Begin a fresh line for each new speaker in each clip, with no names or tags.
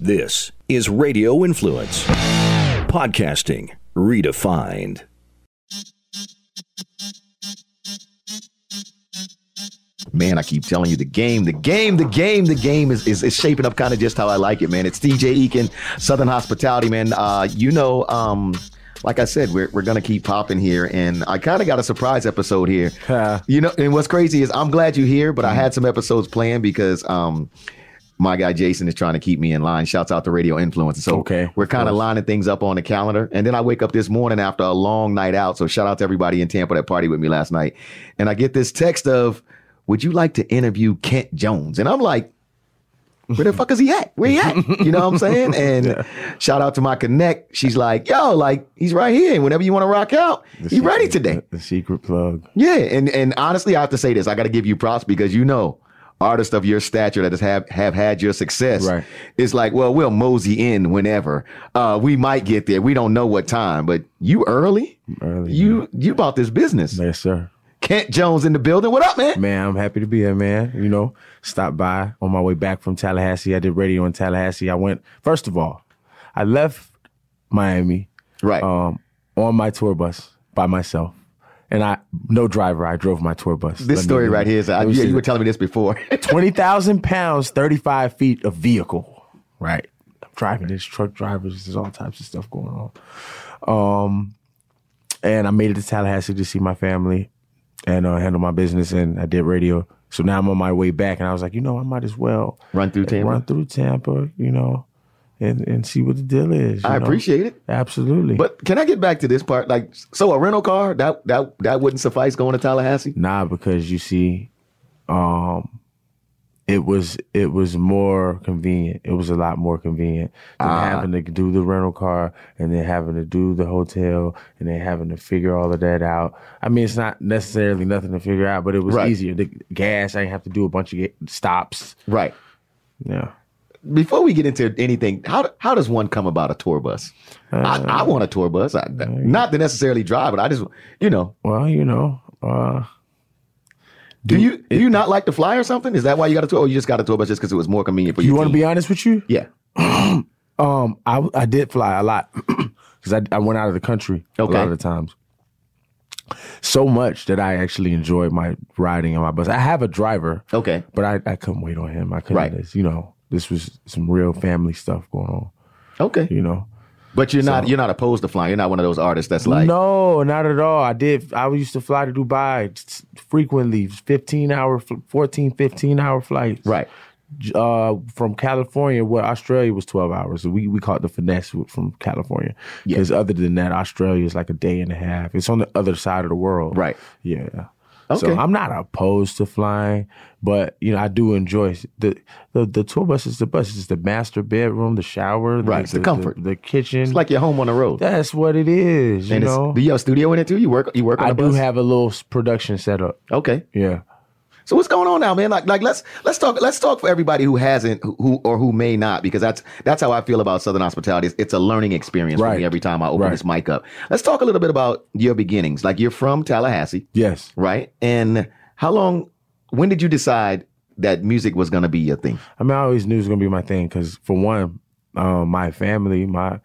This is Radio Influence. Podcasting redefined.
man, I keep telling you the game, the game, the game, the game is is, is shaping up kind of just how I like it, man. It's DJ Eakin, Southern Hospitality, man. Uh, you know, um, like I said, we're, we're gonna keep popping here, and I kind of got a surprise episode here. you know, and what's crazy is I'm glad you're here, but I had some episodes planned because um, my guy Jason is trying to keep me in line. Shouts out to Radio Influence. So
Okay,
we're
of
kind of
course.
lining things up on the calendar. And then I wake up this morning after a long night out. So shout out to everybody in Tampa that party with me last night. And I get this text of, "Would you like to interview Kent Jones?" And I'm like. Where the fuck is he at? Where he at? You know what I'm saying? And shout out to my connect. She's like, yo, like he's right here. And whenever you want to rock out, he ready today.
The secret plug.
Yeah, and and honestly, I have to say this. I got to give you props because you know artists of your stature that has have, have had your success
Right.
it's like well we'll mosey in whenever uh we might get there we don't know what time but you early
early,
you you bought this business
Yes, sir.
kent jones in the building what up man
Man, I'm happy to be here, man. You know, stopped by on my way back from Tallahassee. I did radio in Tallahassee. I went, first of all, I left Miami
right
um, on my tour bus by myself. And I, no driver, I drove my tour bus.
this story right here is I, yeah, you were telling me this before
20,000 pounds, 35 feet of vehicle, right? I'm driving this, truck drivers, there's all types of stuff going on. Um, and I made it to Tallahassee to see my family and uh, handle my business, and I did radio. So now I'm on my way back, and I was like, you know, I might as well
Run through Tampa.
run through Tampa, you know, and, and see what the deal is.
i appreciate it
Absolutely.
but can i get back to this part like so a rental car that that that wouldn't suffice going to tallahassee
Nah, because you see, um, it was it was more convenient. It was a lot more convenient than having to do the rental car and then having to do the hotel and then having to figure all of that out. I mean, it's not necessarily nothing to figure out, but it was
Right.
easier. The gas, I didn't have to do a bunch of ga- stops.
right
Yeah.
before we get into anything, how how does one come about a tour bus?
Uh,
I, I want a tour bus. I, not to necessarily drive it. I just, you know,
Well, you know, uh,
do you do you not like to fly or something? Is that why you got a tour? Or you just got a tour bus just because it was more convenient for you?
you want to be honest with you?
Yeah.
Um, I I did fly a lot because I I went out of the country
Okay.
a lot of the times. So much that I actually enjoyed my riding in my bus. I have a driver,
Okay.
but I, I couldn't wait on him. I couldn't.
Right.
This, you know, this was some real family stuff going on.
Okay.
You know,
But you're not you're not opposed to flying. You're not one of those artists that's like
no, not at all. I did. I used to fly to Dubai s- frequently, fifteen hour, fl- 14, 15 hour flights.
right.
J- uh, from California, where Australia was 12 hours. We we caught the finesse w- from California.
Yeah.
Because other than that, Australia is like a day and a half. It's on the other side of the world.
Right.
Yeah.
Okay.
So I'm not opposed to flying, but you know I do enjoy s- the the, the tour bus is the bus. It's the master bedroom, the shower,
Right, it's the comfort.
the, kitchen.
It's like you're home on the road.
that's what it is. You
and it's,
know,
do you have a studio in it too? You work you work on
I
a
do
bus?
have a little s- production setup.
okay.
Yeah.
So what's going on now, man? Like, like let's let's talk let's talk for everybody who hasn't who- who or who may not, because that's that's how I feel about Southern hospitality. It's, it's a learning experience for
Right.
me every time I open
Right.
this mic up. Let's talk a little bit about your beginnings. Like you're from Tallahassee,
Yes.
right? And how long? When did you decide that music was going to be your thing?
I mean, I always knew it was gonna be my thing because, for one, um, my family, my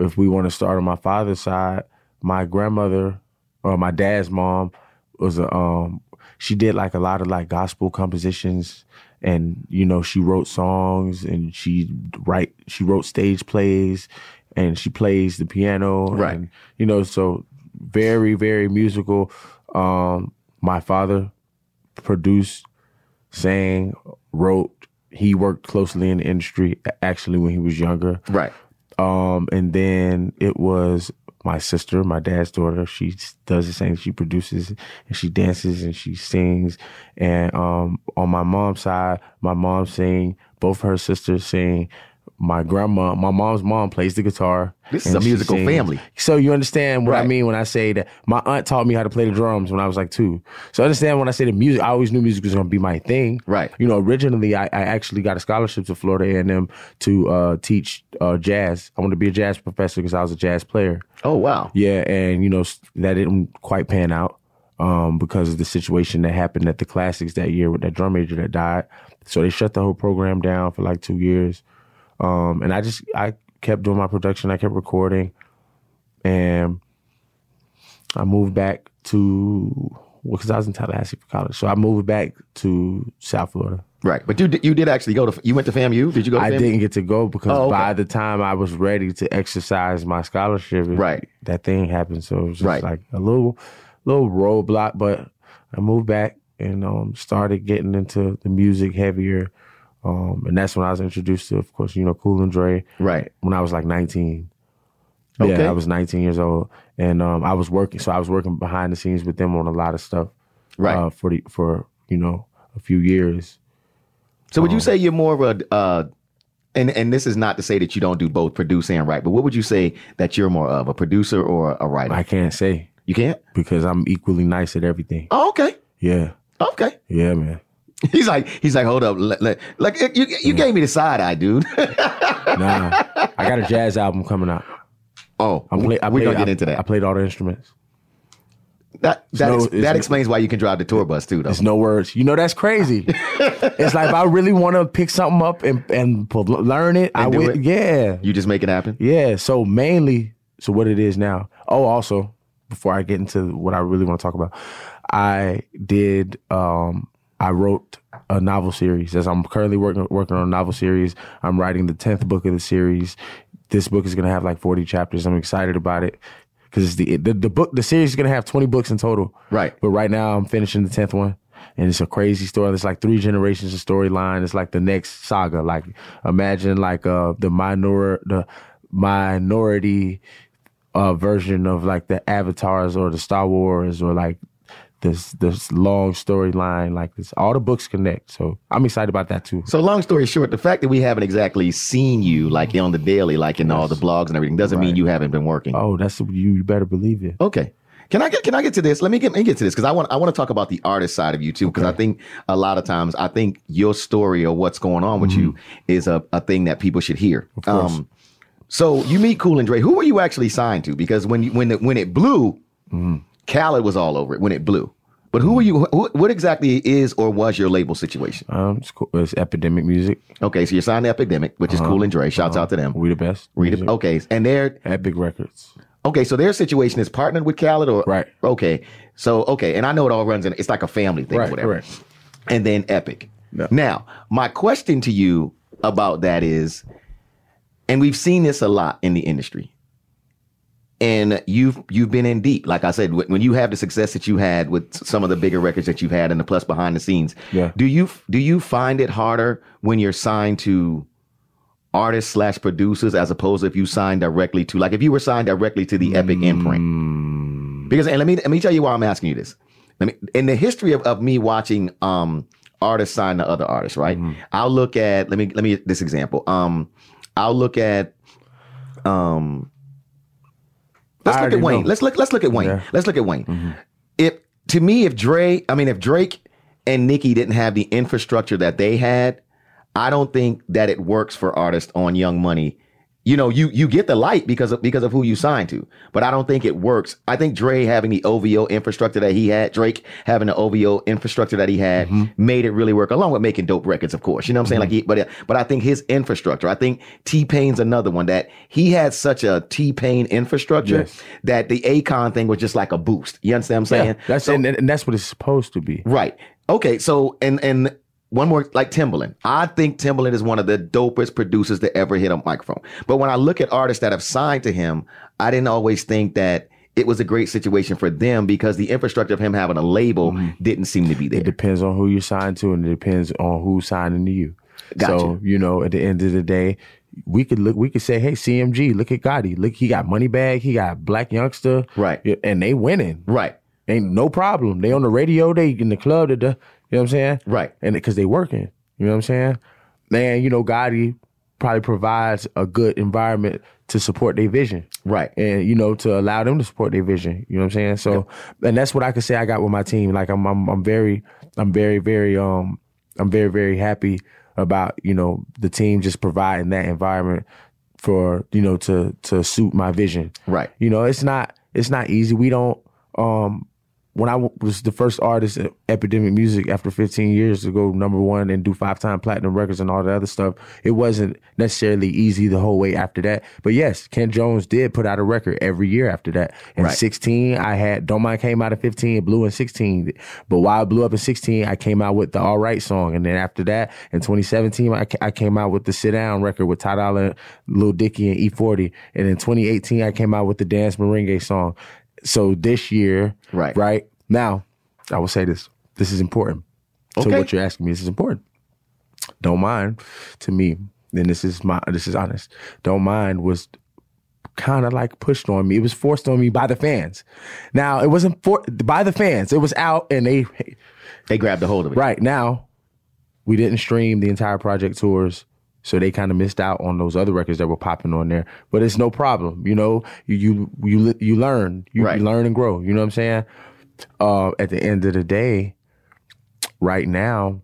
if we want to start on my father's side, my grandmother or my dad's mom was a um, she did like a lot of like gospel compositions, and you know she wrote songs and she write she wrote stage plays, and she plays the piano,
Right.
And, you know, so very very musical. Um, my father produced sang, wrote. He worked closely in the industry a- actually when he was younger.
Right.
Um, and then it was my sister, my dad's daughter. She s- does the same. She produces and she dances and she sings. And um, on my mom's side, my mom sing, both her sisters sing. My grandma, my mom's mom plays the guitar.
This is
and
a
she
musical
sings.
family.
So you understand what
Right.
I mean when I say that my aunt taught me how to play the drums when I was like two. So understand when I say the music, I always knew music was gonna be my thing.
Right.
You know, originally I, I actually got a scholarship to Florida A and M to uh, teach uh, jazz. I wanted to be a jazz professor because I was a jazz player.
Oh wow.
Yeah, and you know s- that didn't quite pan out um, because of the situation that happened at the classics that year with that drum major that died. So they shut the whole program down for like two years. Um, and I just I kept doing my production. I kept recording, and I moved back to because I was in Tallahassee for college. So I moved back to South Florida.
Right, but you did- you did actually go to you went to FAMU. Did you go? To
I
FAMU?
didn't get to go because
Oh, okay.
by the time I was ready to exercise my scholarship, it-
Right.
that thing happened. So it was just
Right.
like a little little roadblock. But I moved back and um, started getting into the music heavier. Um, and that's when I was introduced to, of course, you know, Cool and Dre
Right.
when I was like 19.
Okay.
Yeah, I was 19 years old, and um, I was working. So I was working behind the scenes with them on a lot of stuff.
Right.
Uh, for the, for you know a few years.
So
Um,
would you say you're more of a uh and and this is not to say that you don't do both produce and write, but what would you say that you're more of a producer or a writer?
I can't say
you can't?
because I'm equally nice at everything.
Oh, okay.
Yeah,
Okay.
yeah, man.
He's like he's like, hold up, let, let- like you you
Mm.
gave me the side eye, dude.
Nah, I got a jazz album coming out.
oh,
I'm play, I
we're
played-
gonna
I-
get into that.
I played all the instruments.
that that,
no-
ex-
it's-
that explains why you can drive the tour bus too, though.
It's no words. You know that's crazy. it's like if I really want to pick something up and and pu- learn it, I
do
would.
it?
Yeah,
You just make it happen.
Yeah. So mainly, so what it is now. Oh, also, before I get into what I really want to talk about, I did. um I wrote a novel series. As I'm currently working working on a novel series, I'm writing the tenth book of the series. This book is gonna have like 40 chapters. I'm excited about it because it's the, the the book the series is gonna have 20 books in total.
Right.
But right now I'm finishing the tenth one. And it's a crazy story. It's like three generations of storyline. It's like the next saga. Like imagine like uh the minor the minority uh version of like the Avatars or the Star Wars or like this this long storyline. Like this all the books connect. So I'm excited about that too.
So long story short, the fact that we haven't exactly seen you like on the daily, like in all the blogs and everything, doesn't mean you haven't been working.
Oh, that's you, you better believe it.
Okay. Can I get can I get to this? Let me get let me get to this because I want I want to talk about the artist side of you too because I think a lot of times I think your story or what's going on with you is a, a thing that people should hear. Um, so you meet Cool and Dre. Who were you actually signed to? Because when you, when it, when it blew, Khaled was all over it when it blew. But who were you? Who, what exactly is or was your label situation?
Um it's cool. It's epidemic music.
Okay, so you're signed to Epidemic, which is Cool and Dre. Shouts out to them.
We the best.
Read it. Okay, and they're
Epic Records.
Okay, so their situation is partnered with Khaled or
Right.
Okay. So okay, and I know it all runs in it's like a family thing or
Right,
whatever.
correct.
And then Epic.
Yeah.
Now, my question to you about that is, and we've seen this a lot in the industry. And you've you've been in deep. Like I said, when when you have the success that you had with some of the bigger records that you've had and the plus behind the scenes,
Yeah.
do you do you find it harder when you're signed to artists slash producers as opposed to if you sign directly to like if you were signed directly to the epic imprint because and let me let me tell you why i'm asking you this let me in the history of, of me watching um artists sign to other artists right i'll look at let me let me this example um i'll look at um let's
I
look at
already
wayne
know.
let's look let's look at wayne
Yeah.
let's look at wayne if to me if Dre, I mean if Drake and Nicki didn't have the infrastructure that they had, I don't think that it works for artists on Young Money. You know, you you get the light because of because of who you signed to, but I don't think it works. I think Dre having the OVO infrastructure that he had, Drake having the OVO infrastructure that he had, made it really work. Along with making dope records, of course. You know what I'm saying? Like, he, but but I think his infrastructure. I think T Pain's another one that he had such a T Pain infrastructure
Yes.
that the Akon thing was just like a boost. You understand what I'm saying?
Yeah, that's and, and that's what it's supposed to be.
Right. Okay. So and and one more like Timbaland. I think Timbaland is one of the dopest producers to ever hit a microphone. But when I look at artists that have signed to him, I didn't always think that it was a great situation for them because the infrastructure of him having a label
Mm-hmm.
didn't seem to be there.
It depends on who you sign to, and it depends on who's signing to you.
Gotcha.
So you know, at the end of the day, we could look. We could say, "Hey, CMG, look at Gotti. Look, he got money bag. He got Black Youngster.
Right.
Yeah, And they winning.
Right.
Ain't no problem. They on the radio. They in the club. da- da. You know what I'm saying?
Right.
And because they working. You know what I'm saying? Man, you know Gotti probably provides a good environment to support their vision.
Right.
and you know to allow them to support their vision you know what i'm saying so and that's what i could say i got with my team like i'm i'm, I'm very i'm very very um i'm very very happy about you know the team just providing that environment for you know to to suit my vision
Right.
you know it's not it's not easy we don't um when I was the first artist at Epidemic Music after 15 years to go number one and do five time platinum records and all that other stuff, it wasn't necessarily easy the whole way after that. But yes, Ken Jones did put out a record every year after that. In
Right.
16, I had Don't Mind came out in 15, it blew in 16. But while it blew up in 16, I came out with the All Right song. And then after that, in 2017, I, ca- I came out with the Sit Down record with Ty Dolla, Lil Dicky, and E40. And in 2018, I came out with the Dance Merengue song. So this year,
Right.
right now, I will say this. This is important.
Okay.
So what you're asking me, this is important. Don't mind to me, and this is my this is honest. Don't mind was kind of like pushed on me. It was forced on me by the fans. Now it wasn't for by the fans. It was out and they
They grabbed a hold of it.
right now we didn't stream the entire project tours. So they kind of missed out on those other records that were popping on there, but it's no problem. You know, you you you, li- you learn, you,
Right.
you learn and grow. You know what I'm saying? Uh, at the end of the day, right now,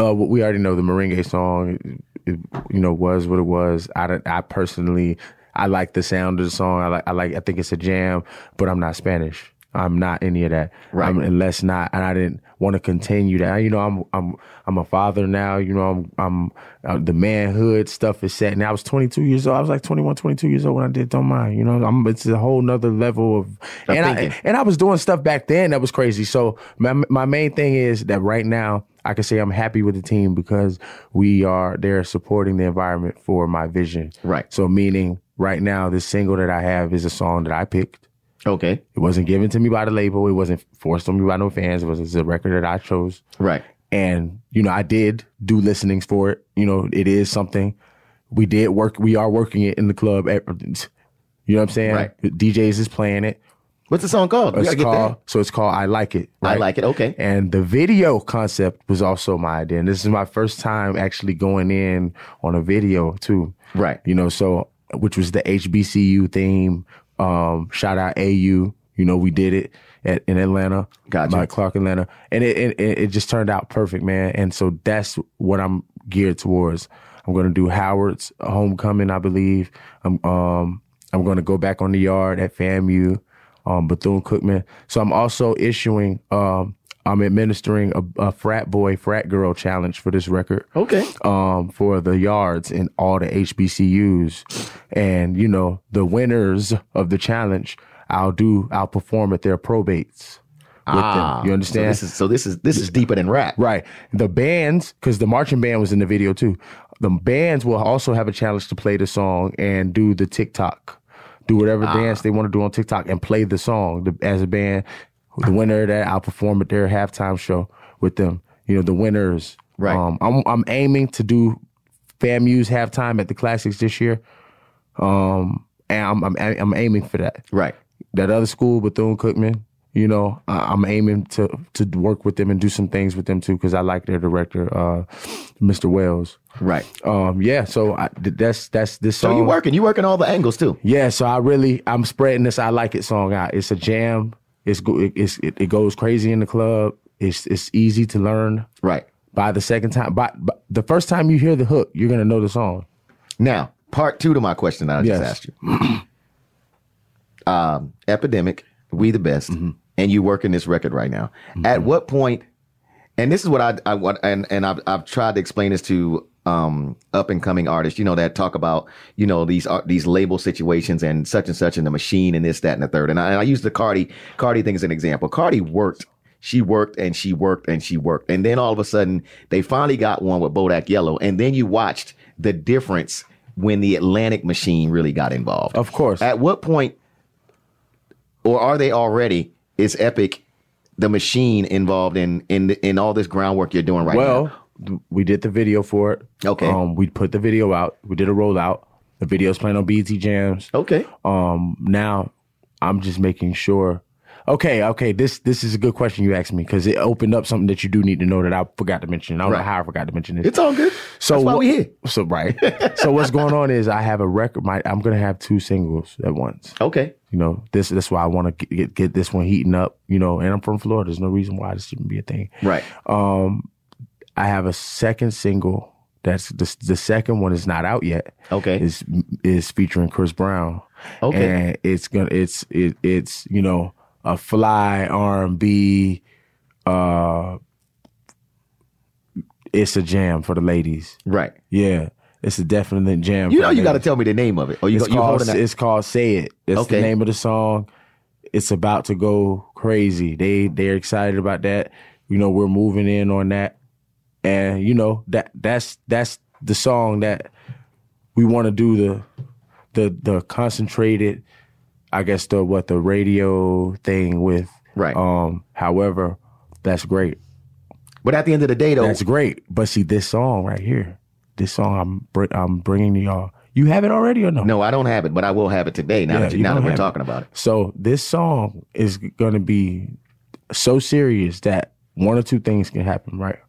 uh, what we already know the merengue song, it, you know, was what it was. I don't- I personally, I like the sound of the song. I like, I like, I think it's a jam, but I'm not Spanish. I'm not any of that.
Right.
I'm, unless not, and I didn't want to continue that. You know, I'm, I'm, I'm a father now. You know, I'm, I'm uh, the manhood stuff is set. And I was 22 years old. I was like 21, 22 years old when I did Don't Mind. You know, I'm, it's a whole nother level of,
Of
and I,
thinking.
and I was doing stuff back then that was crazy. So my my main thing is that right now I can say I'm happy with the team because we are they're supporting the environment for my vision.
Right.
So meaning right now this single that I have is a song that I picked.
Okay.
It wasn't given to me by the label. It wasn't forced on me by no fans. It was it's a record that I chose.
Right.
And you know I did do listenings for it. You know it is something we did work. We are working it in the club. At, you know what I'm saying?
Right.
DJs is playing it.
What's the song called? We
It's
gotta get
called,
there.
so it's called I Like It.
I
right?
like it. Okay.
And the video concept was also my idea. And this is my first time actually going in on a video too.
Right.
You know, so which was the HBCU theme. Um, shout out AU. You know, we did it at in Atlanta.
Gotcha.
By Clark Atlanta. And it, it it it just turned out perfect, man. And so that's what I'm geared towards. I'm gonna do Howard's homecoming, I believe. I'm um I'm gonna go back on the yard at FAMU, um, Bethune Cookman. So I'm also issuing um I'm administering a, a frat boy, frat girl challenge for this record
Okay.
um, for the yards in all the HBCUs. And, you know, the winners of the challenge, I'll do, I'll perform at their probates with
Ah,
them. You
So
understand?
this is so this is this is deeper than rap.
right. The bands, because the marching band was in the video too. The bands will also have a challenge to play the song and do the TikTok, do whatever dance they want to do on TikTok and play the song the, as a band. The winner of that, I'll perform at their halftime show with them. You know, the winners.
Right.
Um, I'm I'm aiming to do FAMU's halftime at the Classics this year. Um, and I'm I'm I'm aiming for that.
Right.
That other school, Bethune Cookman. You know, I, I'm aiming to to work with them and do some things with them too because I like their director, uh, Mr. Wells.
Right.
Um, yeah. So I, th- that's that's this
So
song.
you working, you working all the angles too.
Yeah, so I really I'm spreading this I like it song out. It's a jam. It's go, it, it's it, it goes crazy in the club. It's it's easy to learn.
Right.
By the second time, by, by the first time you hear the hook, you're gonna know the song.
Now, part two to my question that I
Yes.
just asked you. um, Epidemic, we the best, and you working this record right now. At what point? And this is what I, I want, and and I've I've tried to explain this to um up and coming artists. You know that talk about you know these art these label situations and such and such and the machine and this that and the third. And I, and I use the Cardi Cardi thing as an example. Cardi worked. She worked and she worked and she worked. And then all of a sudden, they finally got one with Bodak Yellow. And then you watched the difference when the Atlantic machine really got involved.
Of course.
At what point, or are they already? Is Epic the machine involved in in in all this groundwork you're doing right now?
well, th- we did the video for it.
Okay.
Um, we put the video out. We did a rollout. The video's playing on BT Jams.
Okay.
um now i'm just making sure okay okay this this is a good question you asked me because it opened up something that you do need to know that i forgot to mention i don't
Right.
know how i forgot to mention this
It's all good.
so
That's why we here.
so right so what's going on is i have a record my i'm gonna have two singles at once
Okay.
you know this that's why i want to get, get this one heating up you know and i'm from florida there's no reason why this shouldn't be a thing
Right.
Um, i have a second single that's the, the second one is not out yet
Okay.
is is featuring Chris Brown.
Okay.
And it's gonna it's it, it's you know a fly R and B. Uh, it's a jam for the ladies.
Right.
Yeah, it's a definite jam.
You
for
know
the
you got to
ladies.
tell me the name of it. Oh, you,
it's
you
called
holding that.
it's called Say It. That's
Okay.
the name of the song. It's about to go crazy. They they're excited about that. You know, we're moving in on that. And you know, that that's that's the song that we want to do the the the concentrated I guess the what the radio thing with.
Right.
Um however, that's great.
But at the end of the day, though,
That's great. But see this song right here. This song I'm br- I'm bringing to y'all. You have it already or no?
no, I don't have it, but I will have it today. Now
Yeah,
that you,
you
now that
don't
we're
have it.
talking about it,
So this song is going to be so serious that one or two things can happen, right?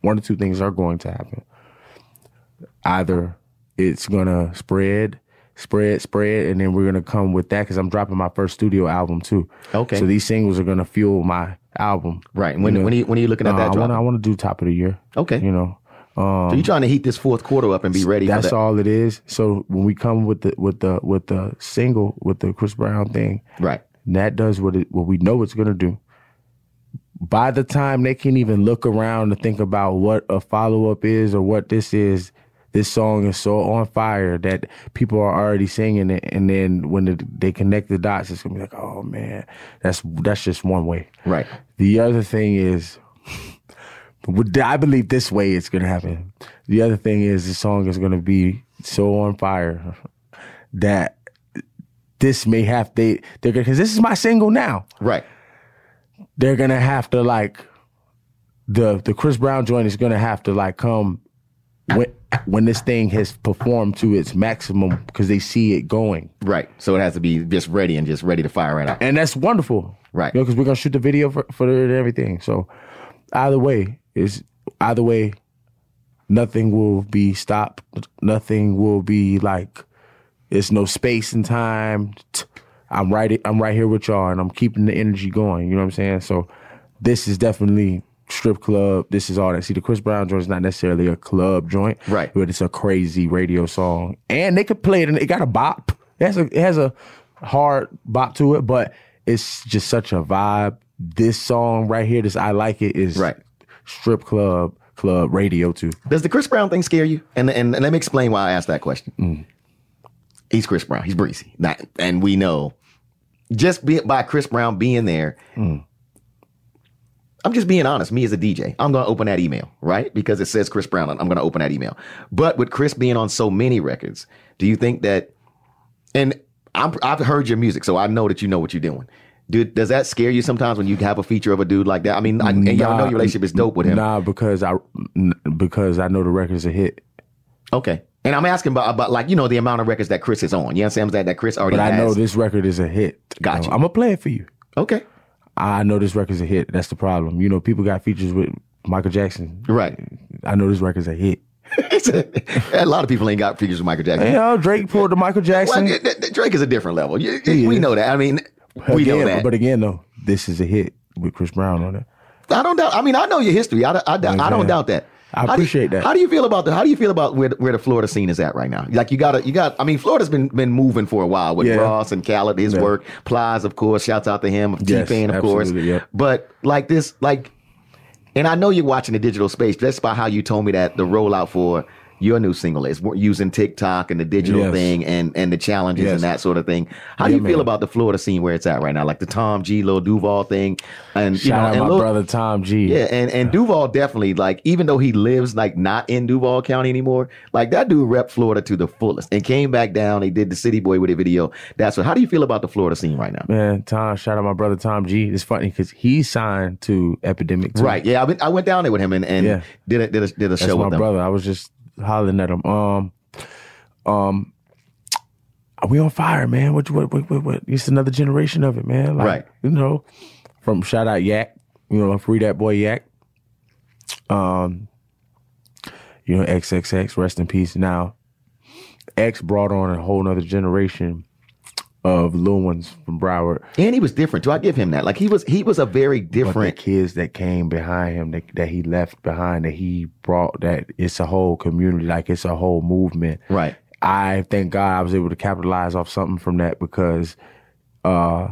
One or two things are going to happen. Either it's going to spread, spread, spread, and then we're going to come with that because I'm dropping my first studio album too.
Okay.
So these singles are going to fuel my album.
right? When when, are you, when are you looking at
Uh,
that
I
drop?
want to I want to do top of the year.
Okay.
You know. Um,
so you trying to heat this fourth quarter up and be ready?
That's
for that.
all it is. So when we come with the with the with the single with the Chris Brown thing,
Right.
And that does what it what we know it's gonna do. By the time they can even look around to think about what a follow up is or what this is, this song is so on fire that people are already singing it. And then when the, they connect the dots, it's gonna be like, oh man, that's that's just one way.
Right.
The other thing is, would- I believe this way it's gonna happen. The other thing is, the song is gonna be so on fire that this may have they they're because this is my single now.
Right.
They're gonna have to like the the Chris Brown joint is gonna have to like come when when this thing has performed to its maximum because they see it going.
Right. So it has to be just ready and just ready to fire right out.
and that's wonderful,
Right.
You because we're gonna shoot the video for for it and everything. So either way is either way, nothing will be stopped. Nothing will be like it's no space and time. T- I'm right. I'm right here with y'all, and I'm keeping the energy going. You know what I'm saying? So this is definitely strip club. This is all that. See, the Chris Brown joint is not necessarily a club joint,
Right.
But it's a crazy radio song, and they could play it, and it got a bop. It has a it has a hard bop to it, but it's just such a vibe. This song right here, this I like it is
Right.
strip club club radio too.
Does the Chris Brown thing scare you? And and, and let me explain why I asked that question. He's Chris Brown. He's breezy. Not, and we know just be, by Chris Brown being there. I'm just being honest. Me as a DJ, I'm going to open that email, right? Because it says Chris Brown. on- I'm going to open that email. But with Chris being on so many records, do you think that? And I'm, I've heard your music, so I know that you know what you're doing. Dude, does that scare you sometimes when you have a feature of a dude like that? I mean, I, and y'all know
Nah,
your relationship is dope with him.
Nah, because I n- because I know the record's a hit.
Okay. And I'm asking about, about like, you know, the amount of records that Chris is on. You know what I'm saying? That, that Chris already
But I
has.
know this record is a hit.
Gotcha.
I'm gonna play it for you.
Okay.
I know this record's a hit. That's the problem. You know, people got features with Michael Jackson.
Right.
I know this record's a hit.
It's a, a lot of people ain't got figures with Michael Jackson.
You know, uh, Drake pulled the Michael
Well,
Jackson.
th- th- Drake is a different level. You- We know that. I mean, we know
Again,
that.
But again, though, this is a hit with Chris Brown on it.
I don't doubt. I mean, I know your history. I, I, doubt- I don't
Okay.
doubt that.
I
How do you-
appreciate that.
How do you feel about the? How do you feel about where, where the Florida scene is at right now? Like you got to you got. I mean, Florida's been been moving for a while with
Yeah.
Ross and Khaled, his
Yeah.
work, Plies, of course. Shouts out to him, T
Yes,
Pain, of course.
absolutely, yeah.
But like this, like, and I know you're watching the digital space just by how you told me that the rollout for your new single is we're using TikTok and the digital
Yes.
thing and and the challenges
Yes.
and that sort of thing. How do you feel about the Florida scene where it's at right now? Like the Tom G, Lil Duval thing, and
Shout
you know,
out
and
my
Lil-
brother Tom G.
yeah, and and Duval definitely like even though he lives like not in Duval County anymore, like that dude rep Florida to the fullest and came back down. He did the City Boy with a video. That's what. How do you feel about the Florida scene right now?
Man, Tom, shout out my brother Tom G. It's funny because he signed to Epidemic. Too.
Right. Yeah, I, went I went down there with him and, and
Yeah.
did a did a, did a
That's
show
my
with him.
brother. I was just hollering at him. Um, um, we on fire, man. What, what, what, what, what? It's another generation of it, man. Like,
Right.
You know, from shout out Yak. You know, free that boy Yak. Um, you know, XXX, rest in peace. Now, X brought on a whole nother generation of little ones from Broward.
And he was different too. I give him that. Like he was he was a very
But the
different.
kids that came behind him, that, that he left behind, that he brought, that it's a whole community, like it's a whole movement.
Right.
I thank God I was able to capitalize off something from that because uh,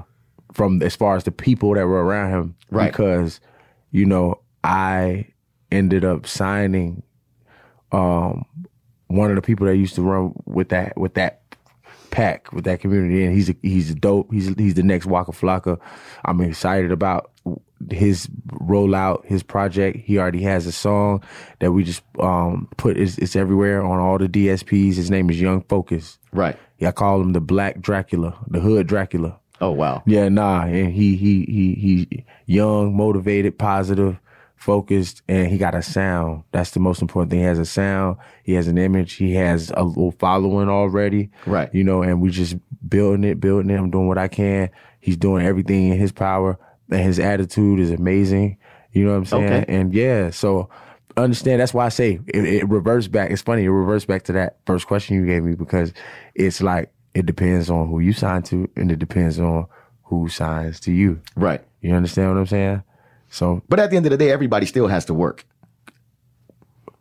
from as far as the people that were around him,
Right.
Because you know I ended up signing um, one of the people that used to run with that with that pack with that community, and he's a, he's dope. He's he's the next Waka Flocka. I'm excited about his rollout, his project. He already has a song that we just um, put. It's, it's everywhere on all the DSPs. His name is Young Focus.
Right.
Yeah, I call him the Black Dracula, the Hood Dracula.
Oh wow.
Yeah, nah, and he he he he young, motivated, positive, focused, and he got a sound. That's the most important thing. He has a sound. He has an image. He has a little following already.
Right.
You know, and we just building it, building it. I'm doing what I can. He's doing everything in his power, and his attitude is amazing. You know what I'm saying?
Okay.
And yeah, so understand that's why I say it, it reverts back. It's funny, it reverts back to that first question you gave me because it's like it depends on who you sign to and it depends on who signs to you.
Right.
You understand what I'm saying? So
But at the end of the day, everybody still has to work.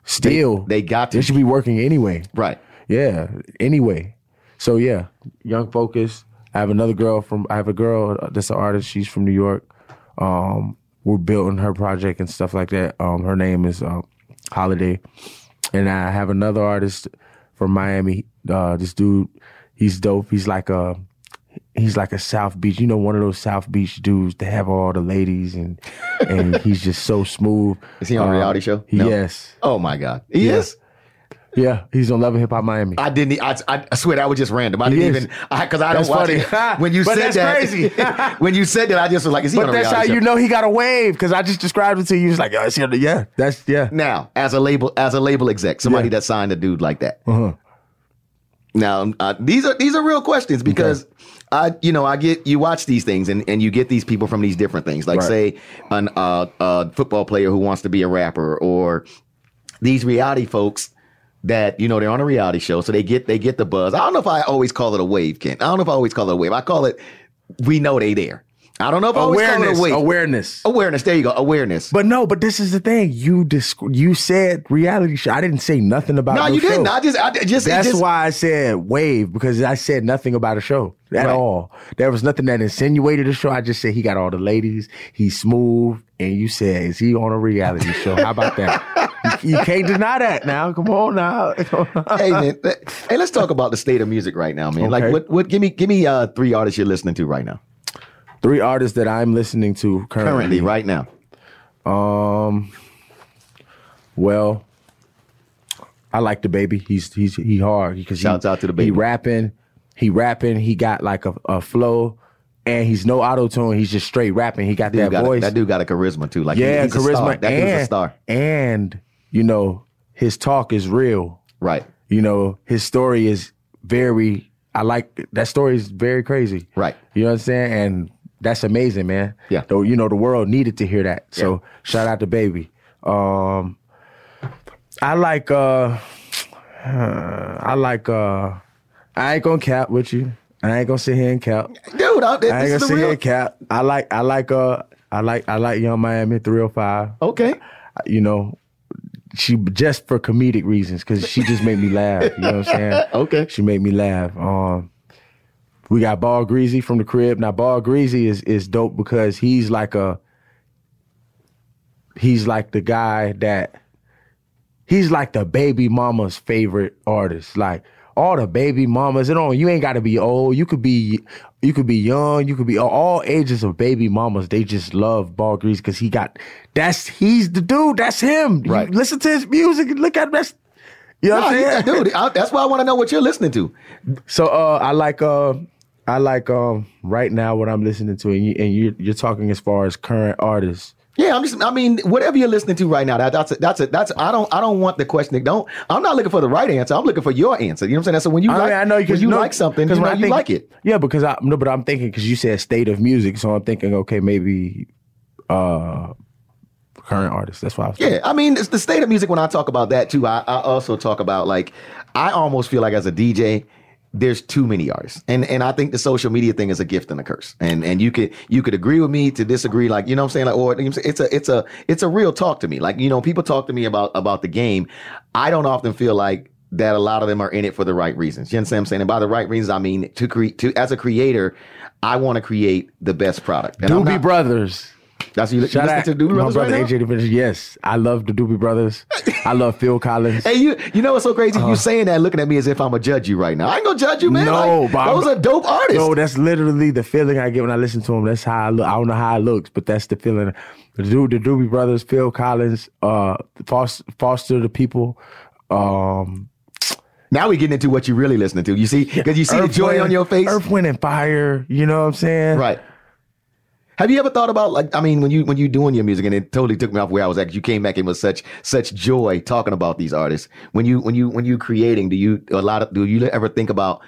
still
They got
they
to
should be working anyway.
right.
Yeah. Anyway, so yeah, young focus. I have another girl from. I have a girl that's an artist. She's from New York. Um, we're building her project and stuff like that. Um, her name is uh, Holiday, and I have another artist from Miami. Uh, this dude, he's dope. He's like a he's like a South Beach. You know, one of those South Beach dudes that have all the ladies and and he's just so smooth.
Is he on a
Um,
reality show?
Yes.
Oh my God. He
Yeah.
is.
Yeah, he's on Love and Hip Hop Miami.
I didn't. e, I, I swear that was just random. I didn't
Yes.
even. I because I
That's
don't watch
funny.
it. When you
But
said
that's
that,
crazy.
when you said that, I just was like, is he on
But
a
that's how
reality show?
you know he got a wave because I just described it to you. It's like, oh, it's the, yeah, that's yeah.
Now, as a label, as a label exec, somebody
Yeah. Uh-huh.
that signed a dude like that. Now, uh, these are these are real questions because I, you know, I get you watch these things and, and you get these people from these different things. Like
Right.
say an uh, a football player who wants to be a rapper or these reality folks that you know they're on a reality show, so they get they get the buzz. I don't know if I always call it a wave, Kent. I don't know if I always call it a wave. I call it we know they there. I don't know if I always
Awareness,
call it a wave.
awareness.
awareness. There you go. Awareness.
But no, but this is the thing. You disc- you said reality show. I didn't say nothing about.
no, you
show.
didn't. I just I just it
That's
just,
why I said wave because I said nothing about a show at
Right.
all. There was nothing that insinuated a show. I just said he got all the ladies. He's smooth, and you said is he on a reality show? How about that? you, you can't deny that now. Come on now.
hey man, th- hey, let's talk about the state of music right now, man. Like
Okay.
what what give me give me uh three artists you're listening to right now.
Three artists that I'm listening to
Currently, right now.
Um. Well, I like the baby. He's he's he hard because
Shouts
he,
out to the baby.
He rapping, he rapping. He got like a, a flow, and he's no auto tune. He's just straight rapping. He got
Dude
that
got a-
voice.
that dude got a charisma too. Like he-
yeah,
he's a
charisma.
star. That
and,
dude's a star.
And you know his talk is real.
Right.
You know his story is very. I like that story is very crazy.
Right.
You know what I'm saying? And that's amazing, man.
Yeah.
Though you know the world needed to hear that. So shout out to baby. Um I like uh I like uh I ain't gonna cap with you. I ain't gonna sit here and cap.
Dude, I,
I ain't
this
gonna
is the
sit here
real.
and cap. I like I like uh I like I like Young Miami 305.
Okay.
You know, she just for comedic reasons, cause she just made me laugh. You know what I'm saying?
Okay.
She made me laugh. Um, we got Ball Greasy from the crib. Now Ball Greasy is is dope because he's like a he's like the guy that he's like the baby mama's favorite artist. Like all the baby mamas, it don't you ain't got to be old. You could be you could be young. You could be all ages of baby mamas. They just love Ball Greasy because he got that's he's the dude. That's him. You
Right.
listen to his music. and Look at that's. You know what
No,
I'm
he's
saying?
a dude, I, that's why I want to know what you're listening to.
So uh, I like uh, I like um, right now what I'm listening to, and you and you you're talking as far as current artists.
Yeah, I'm just. I mean, whatever you're listening to right now, that, that's a, that's a, that's. I don't. I don't want the question. to- Don't. I'm not looking for the right answer. I'm looking for your answer. You know what I'm saying? So when you
I
like,
mean, I know
when
because
you like something, you know you like it.
Yeah, because I no, but I'm thinking because you said state of music, so I'm thinking okay, maybe uh, current artists. That's why I was
Yeah, I mean, it's the state of music. When I talk about that too, I, I also talk about like I almost feel like as a DJ, there's too many artists, and and I think the social media thing is a gift and a curse. And and you could you could agree with me to disagree, like you know what I'm saying, like or you know what I'm saying? it's a it's a it's a real talk to me. Like you know, people talk to me about about the game. I don't often feel like that a lot of them are in it for the right reasons. You understand what I'm saying? And by the right reasons, I mean to create. To as a creator, I want to create the best product. And I'm
Doobie
not-
Brothers.
That's you, you
Shout
listen
out
to Doobie
my
Brothers
brother
right now?
AJ DeVinci. Yes, I love the Doobie Brothers. I love Phil Collins.
Hey, you you know what's so crazy?
Uh-huh.
you saying that, looking at me as if I'm gonna judge you right now. I ain't gonna judge you, man.
No,
Like,
but I'm-
those are dope artists.
No, that's literally the feeling I get when I listen to him. That's how I look. I don't know how it looks, but that's the feeling. The dude, the Doobie Brothers, Phil Collins, uh, Foster, Foster the People, um,
now we getting into what you really listening to. You see, because you see the
Earth,
joy
Wind-
on your face,
Earth, Wind, and Fire. You know what I'm saying?
right? Have you ever thought about like I mean when you when you doing your music and it totally took me off where I was at 'cause you came back and was such such joy talking about these artists when you when you when you creating do you a lot of do you ever think about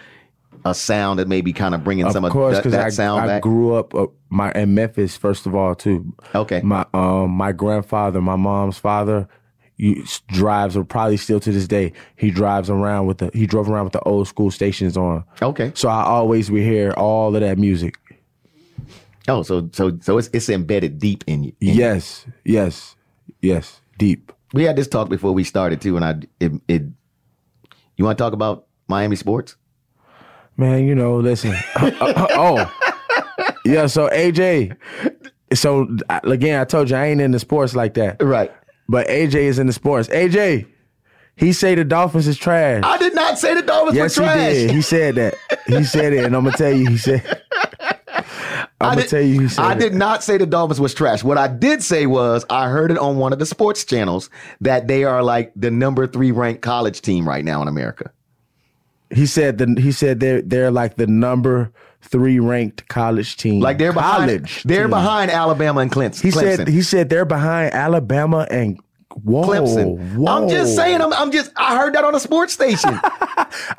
a sound that maybe kind of bringing some
of course,
of that,
because
that
I,
sound
I
back?
grew up uh, my in Memphis first of all too.
Okay.
my um my grandfather, my mom's father, he s- drives or probably still to this day he drives around with the he drove around with the old school stations on.
Okay.
So I always would hear all of that music.
Oh, so so so it's it's embedded deep in you. in
Yes, yes, yes, deep.
We had this talk before we started too, and I it, it you want to talk about Miami sports?
Man, you know, listen. oh, yeah. So AJ, so I- again, I told you I ain't into sports like that,
Right.
but AJ is into sports. AJ, he say the Dolphins is trash.
I did not say the Dolphins
yes,
were trash.
he did. He said that. He said it, and I'm gonna tell you. He said. I'm gonna
did-
tell you. He said
I
it.
did not say the Dolphins was trash. What I did say was I heard it on one of the sports channels that they are like the number three ranked college team right now in America.
He said the. He said they're they're like the number three ranked college team.
Like they're behind.
college.
they're
team.
behind Alabama and Clemson.
He
Clemson.
said he said they're behind Alabama and whoa,
Clemson.
whoa.
I'm just saying. I'm, I'm just. I heard that on a sports station.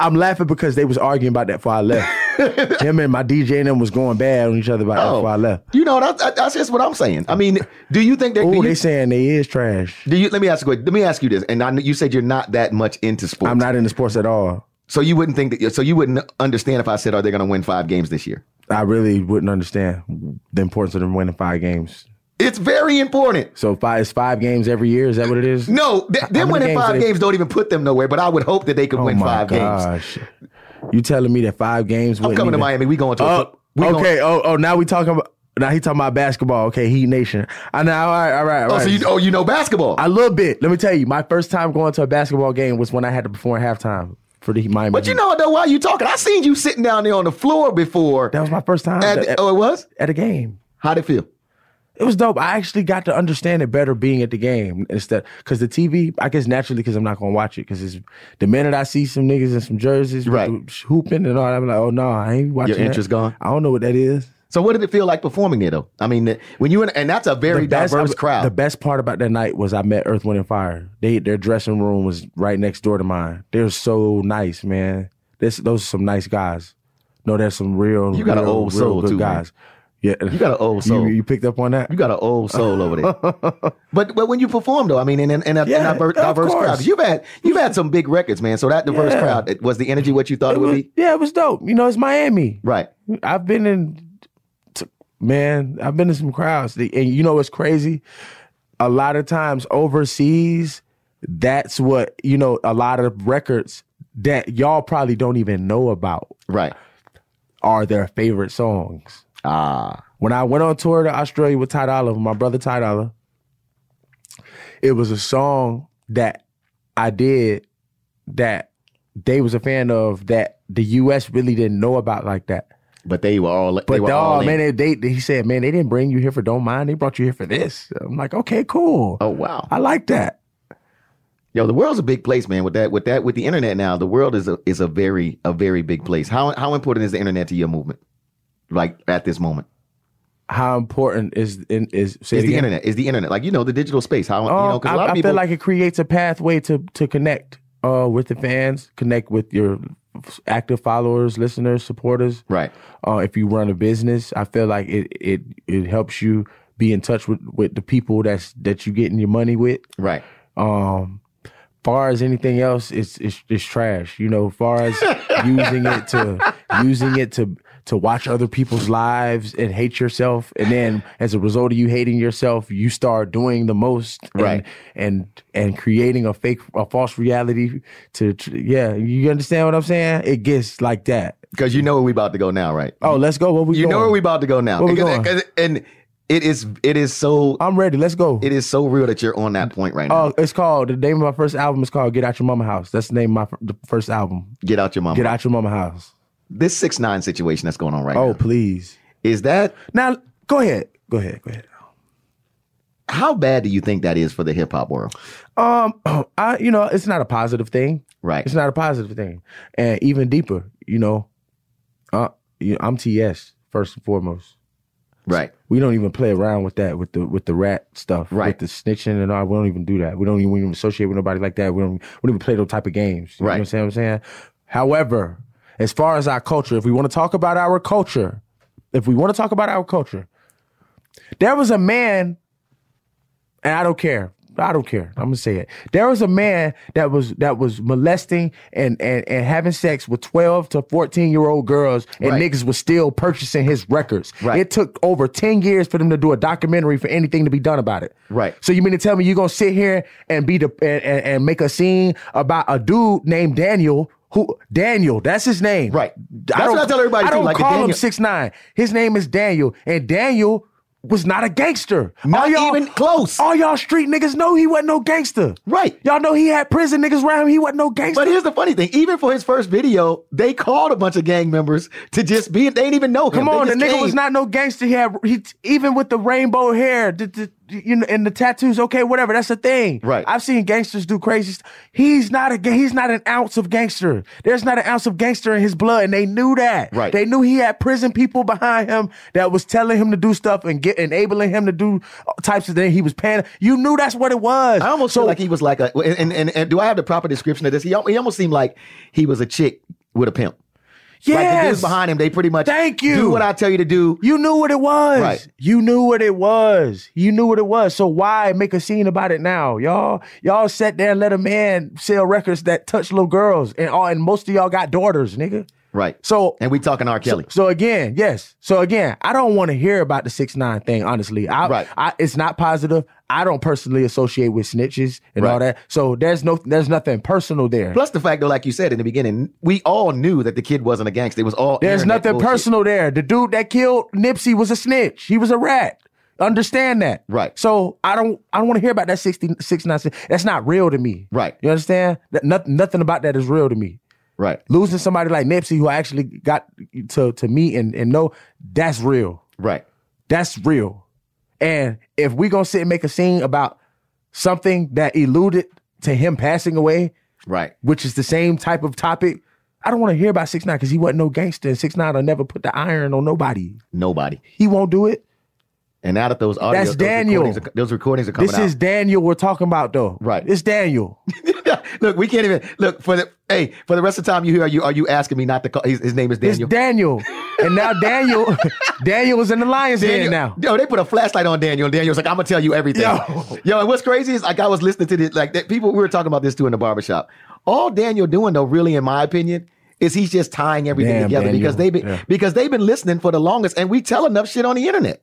I'm laughing because they was arguing about that before I left. Him and my DJ and them was going bad on each other about that
Oh,
before I left.
you know that, that- that's just what I'm saying. I mean, do you think that?
Oh,
do you,
they saying they is trash.
Do you let me ask you? Let me ask you this. And I, know you said you're not that much into sports.
I'm not into sports at all.
So you wouldn't think that. So you wouldn't understand if I said, "Are they going to win five games this year?"
I really wouldn't understand the importance of them winning five games.
It's very important.
So five it's five games every year. Is that what it is?
No, th- them
many
winning
games
five
do they-
games don't even put them nowhere. But I would hope that they could
oh
win
my
five games.
gosh. You telling me that five games?
I'm coming to Miami. We going to. a-
Oh,
we going-
okay. Oh, oh. Now we talking about. Now he talking about basketball. Okay, Heat Nation. I know. All right, all right. all
oh, so
right.
you oh you know basketball?
A little bit. Let me tell you, my first time going to a basketball game was when I had to perform halftime for the Miami.
but you
Heat.
know though, why you talking? I seen you sitting down there on the floor before.
that was e-, my first time
At
at,
the- oh, it was.
at a game.
How'd it feel?
It was dope. I actually got to understand it better being at the game instead, because the TV, I guess naturally, because I'm not gonna watch it, because it's the minute I see some niggas in some jerseys, with
Right.
the hooping and all, that, I'm like, oh no, I ain't watching. that.
interest gone?
I don't know what that is.
So what did it feel like performing there though? I mean, when you in, and that's a very diverse
I-
crowd.
The best part about that night was I met Earth, Wind, and Fire. They their dressing room was right next door to mine. They're so nice, man. This those are some nice guys. No, there's some real.
You got an
real-
old
real
soul
good
too, man.
guys. Yeah,
you got an old soul.
You, you picked up on that.
You got an old soul over there. but but when you perform though, I mean, in, in, in a, in
Yeah,
a diver-
of
diverse
course.
crowd, you've had you've had some big records, man. So that diverse
Yeah. Mm-hmm.
crowd it- was the energy what you thought it, would be,
yeah, it was dope. You know, it's Miami.
right?
I've been in, t- man, I've been in some crowds. The- And you know what's crazy? A lot of times overseas, that's what, you know, a lot of records that y'all probably don't even know about
Right.
are their favorite songs.
Ah,
When I went on tour to Australia with Ty Dolla, with my brother Ty Dolla, it was a song that I did that they was a fan of that the US really didn't know about like that.
but they were all they
But
were all
dog,
in.
man, they, they he said, man, they didn't bring you here for Don't Mind. They brought you here for this. I'm like, okay, cool.
Oh wow,
I like that.
yo, the world's a big place, man. With that, with that, with the internet now, the world is a is a very a very big place. How how important is the internet to your movement? Like at this moment,
How important is in is say
is
it
the
again?
internet is the internet like you know the digital space? How you know?
Um,
Because a
I,
lot of
I
people
feel like it creates a pathway to to connect uh, with the fans, connect with your active followers, listeners, supporters.
right.
Uh, if you run a business, I feel like it it it helps you be in touch with with the people that's that you getting your money with.
Right.
Um, far as anything else, it's it's, it's trash. You know, far as using it to using it to to watch other people's lives and hate yourself and then as a result of you hating yourself you start doing the most and-
Right.
and and creating a fake a false reality to tr- yeah you understand what i'm saying it gets like that
Because you know where we about to go now, right?
oh let's go what we
you know
doing?
where we about to go now.
Where we
Because-
going?
'cause- And it is it is so
i'm ready let's go
it is so real that you're on that point right now.
Oh, it's called the name of my first album is called Get Out Your Mama House. That's the name of my the first album.
Get out your mama.
Get Out Your Mama House.
This six nine situation that's going on right
Oh,
now.
please.
Is that
Now go ahead. Go ahead. Go ahead.
how bad do you think that is for the hip hop world?
Um, I you know, it's not a positive thing.
Right.
It's not a positive thing. And even deeper, you know, uh you I'm TS first and foremost.
Right.
We don't even play around with that with the with the rat stuff,
Right.
With the snitching and all, we don't even do that. We don't even, we don't even associate with nobody like that. We don't we don't even play those type of games. You
Right.
know what I'm saying? What I'm saying. However, as far as our culture, if we want to talk about our culture, if we want to talk about our culture, there was a man, and I don't care. I don't care. I'm gonna say it. There was a man that was that was molesting and and, and having sex with 12 to 14 year old girls, and
Right.
niggas was still purchasing his records.
Right.
It took over 10 years for them to do a documentary for anything to be done about it.
Right.
So you mean to tell me you're gonna sit here and be the and, and, and make a scene about a dude named Daniel? Who Daniel? That's his name.
Right. That's
don't-
what I tell everybody,
I
too,
don't
like the
call him
Daniel-
six nine. His name is Daniel, and Daniel was not a gangster.
Not
all y'all, Oh.
even close.
All y'all street niggas know he wasn't no gangster.
Right.
Y'all know he had prison niggas around him. He wasn't no gangster.
But here's the funny thing. Even for his first video, they called a bunch of gang members to just be. They didn't even know him.
Come
They
on, the
just
nigga
came.
was not no gangster. He had he even with the rainbow hair, the, the, you know, and the tattoos. Okay, whatever, that's the thing.
Right.
I've seen gangsters do crazy. St- he's not a ga- he's not an ounce of gangster. There's not an ounce of gangster in his blood, and they knew that.
Right.
They knew he had prison people behind him that was telling him to do stuff and get enabling him to do uh, types of things. He was paying. You knew that's what it was.
I almost feel like he was like a. And, and and do I have the proper description of this? He al- he almost seemed like he was a chick with a pimp. Like the
yes.
dudes behind him, they pretty much
Thank you.
do what I tell you to do.
You knew what it was.
Right.
You knew what it was. You knew what it was. So why make a scene about it now, y'all? Y'all sat there and let a man sell records that touch little girls, and all, and most of y'all got daughters, nigga.
Right.
So
and we talking R. Kelly.
so again, yes. So again, I don't want to hear about the six nine thing. Honestly, I,
Right.
I it's not positive. I don't personally associate with snitches and all
Right.
that. So there's no there's nothing personal there.
Plus the fact, though, like you said in the beginning, we all knew that the kid wasn't a gangster. It was all
There's
internet
nothing
bullshit.
personal there. The dude that killed Nipsey was a snitch. He was a rat. Understand that.
Right.
So I don't I don't want to hear about that 60, 69. That's not real to me.
Right.
You understand? That, nothing, nothing about that is real to me.
Right.
Losing somebody like Nipsey, who I actually got to, to meet and, and know, that's real.
Right.
That's real. And if we gonna sit and make a scene about something that eluded to him passing away,
Right.
which is the same type of topic. I don't want to hear about Six Nine because he wasn't no gangster, and Six Nine will never put the iron on nobody.
Nobody.
He won't do it.
And now that those audio,
That's
those
Daniel.
Recordings are, those recordings are coming
This
out.
is Daniel we're talking about, though.
Right.
It's Daniel.
look, we can't even look for the hey for the rest of the time you hear. Are you are you asking me not to call? His, his name is Daniel.
It's Daniel. and now Daniel, Daniel is in the lion's den
Daniel,
now.
Yo, they put a flashlight on Daniel. and Daniel's like, I'm gonna tell you everything.
Yo.
yo. And what's crazy is like I was listening to this, like that people we were talking about this too in the barbershop. All Daniel doing though, really, in my opinion, is he's just tying everything
Damn,
together
Daniel.
because they've been
Yeah.
because they've been listening for the longest, and we tell enough shit on the internet.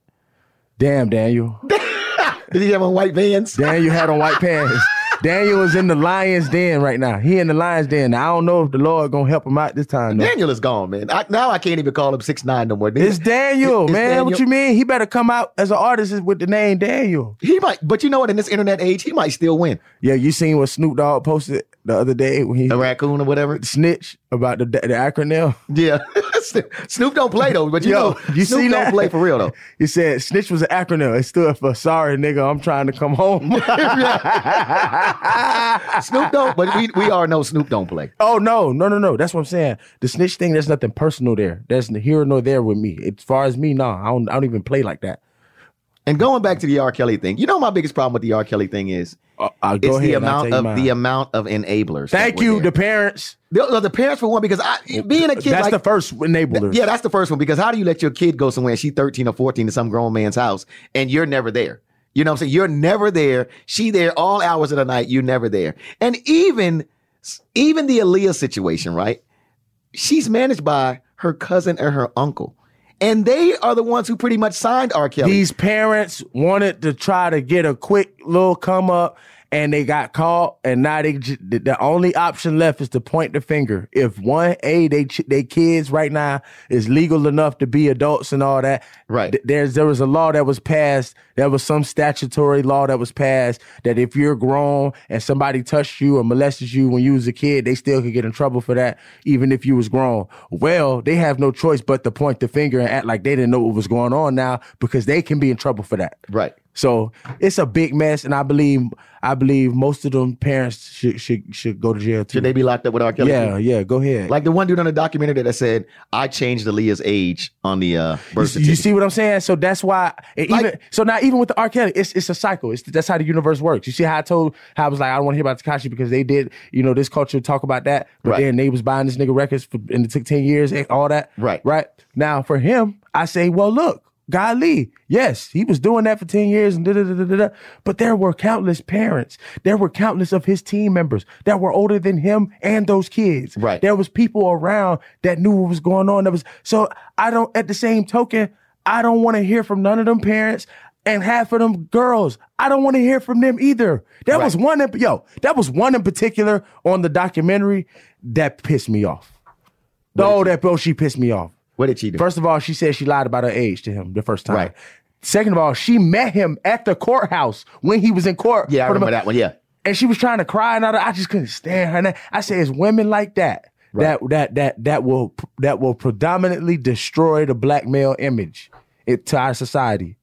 Damn, Daniel.
Did he have on white vans?
Daniel had on white pants. Daniel is in the lion's den right now. He in the lion's den. Now, I don't know if the Lord gonna help him out this time. Though.
Daniel is gone, man. I, now I can't even call him six nine no more.
It's Daniel,
It's
man. What
Daniel.
you mean? He better come out as an artist with the name Daniel.
He might, but you know what? In this internet age, he might still win
Yeah, you seen what Snoop Dogg posted the other day when he
a raccoon or whatever.
snitch about the the acronym.
Yeah, Snoop don't play though, but you
Yo,
know,
you
Snoop
seen
don't
that?
play for real though.
He said snitch was an acronym. It stood for sorry nigga, I'm trying to come home.
Snoop don't, but we, we all know Snoop don't play.
oh no, no, no, no. That's what I'm saying. The snitch thing, there's nothing personal there. There's n- here nor there with me. As far as me, no, I don't I don't even play like that.
And going back to the R. Kelly thing, you know my biggest problem with the R. Kelly thing is
Uh, I'll go
it's
ahead
the
and I'll
amount
tell
of
you
the
mine.
amount of enablers. that
Thank
were
you,
there.
the parents.
The, the parents for one, because I being a kid,
That's
like,
the first enabler.
yeah, that's the first one. Because how do you let your kid go somewhere and she's 13 or 14 to some grown man's house and you're never there? You know what I'm saying? You're never there. She there all hours of the night. You're never there. And even, even the Aaliyah situation, right? She's managed by her cousin, or her uncle. And they are the ones who pretty much signed R. Kelly.
These parents wanted to try to get a quick little come up, and they got caught. And now they j- the the only option left is to point the finger. If one a they ch- they kids right now is legal enough to be adults and all that.
Right.
th- there's there was a law that was passed. There was some statutory law that was passed that if you're grown and somebody touched you or molested you when you was a kid, they still could get in trouble for that, even if you was grown. Well, they have no choice but to point the finger and act like they didn't know what was going on now because they can be in trouble for that.
right.
So it's a big mess, and I believe I believe most of them parents should should should go to jail too.
Should they be locked up with R. Kelly?
yeah, yeah. Go ahead.
Like the one dude on the documentary that said, I changed Aaliyah's age on the uh, birth
You, you
certificate.
see what I'm saying? So that's why. And
Like-
even so, now even with the R. Kelly, it's it's a cycle. It's that's how the universe works. You see how I told how I was like, I don't want to hear about Takashi because they did, you know, this culture talk about that, but
Right.
then they was buying this nigga records for, and it took ten years and all that.
Right.
right. Now for him, I say, well, look. Golly, yes, he was doing that for 10 years and da da da da da. But there were countless parents. There were countless of his team members that were older than him and those kids.
Right.
There was people around that knew what was going on. That was so I don't at the same token, I don't want to hear from none of them parents and half of them girls. I don't want to hear from them either. There was one in, yo, that was one in particular on the documentary that pissed me off. No, that bro, she pissed me off.
what did she do?
First of all, she said she lied about her age to him the first time.
Right.
Second of all, she met him at the courthouse when he was in court.
yeah, I
for the-
remember that one. Yeah.
and she was trying to cry and all that. I just couldn't stand her. And I- I say it's women like that that that that that will that will predominantly destroy the black male image it, to our society.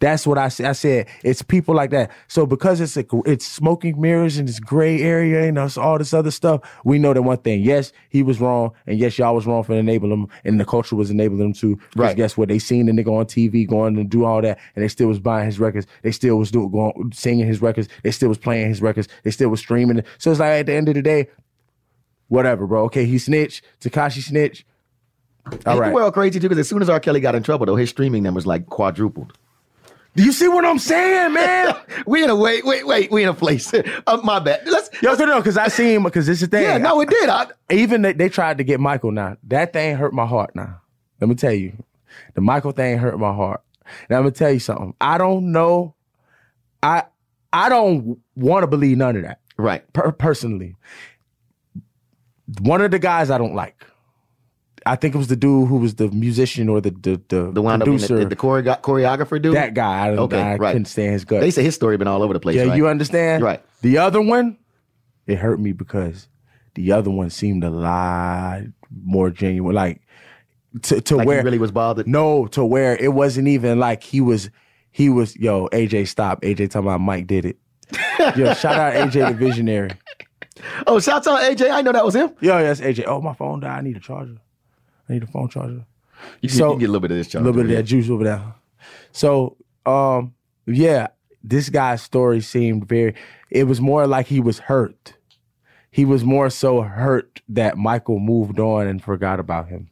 That's what I said. I said it's people like that. So because it's a, it's smoking mirrors and it's gray area and us all this other stuff, we know that one thing. Yes, he was wrong, and yes, y'all was wrong for enabling him, and the culture was enabling him to. Because
Right.
Guess what? They seen the nigga on TV going and do all that, and they still was buying his records. They still was doing going singing his records. They still was playing his records. They still was streaming. it. So it's like at the end of the day, whatever, bro. Okay, he snitched. Takashi snitched. All
Ain't
right.
the world crazy too? Because as soon as R. Kelly got in trouble, though, his streaming numbers like quadrupled.
Do you see what I'm saying, man?
We in a wait, wait, wait. We in a place. Uh, my bad. Let's.
Yo, no, no, because I seen because this is the thing.
yeah, no, it did. I,
even they, they tried to get Michael now. That thing hurt my heart now. Let me tell you. The Michael thing hurt my heart. Now I'm gonna tell you something. I don't know. I I don't want to believe none of that.
right.
Per- personally. One of the guys I don't like. I think it was the dude who was the musician or the the the,
The one up in the,
producer.
the, the choreo- choreographer dude.
that guy. I, don't,
Okay,
I
right.
couldn't stand his guts.
They say his story been all over the place.
Yeah,
right?
you understand?
Right.
The other one, it hurt me because the other one seemed a lot more genuine. Like to, to
like
where
he really was bothered.
no, to where it wasn't even like he was he was yo, AJ stop. AJ talking about Mike did it. yo, shout out AJ the visionary.
Oh, shouts out AJ. I know that was him.
Yo, that's AJ. Oh, my phone died. I need a charger. I need a phone charger.
You,
So-
you get a little bit of this, Charlie.
a little bit of that juice over there. So, um, yeah, this guy's story seemed very. It was more like he was hurt. He was more so hurt that Michael moved on and forgot about him.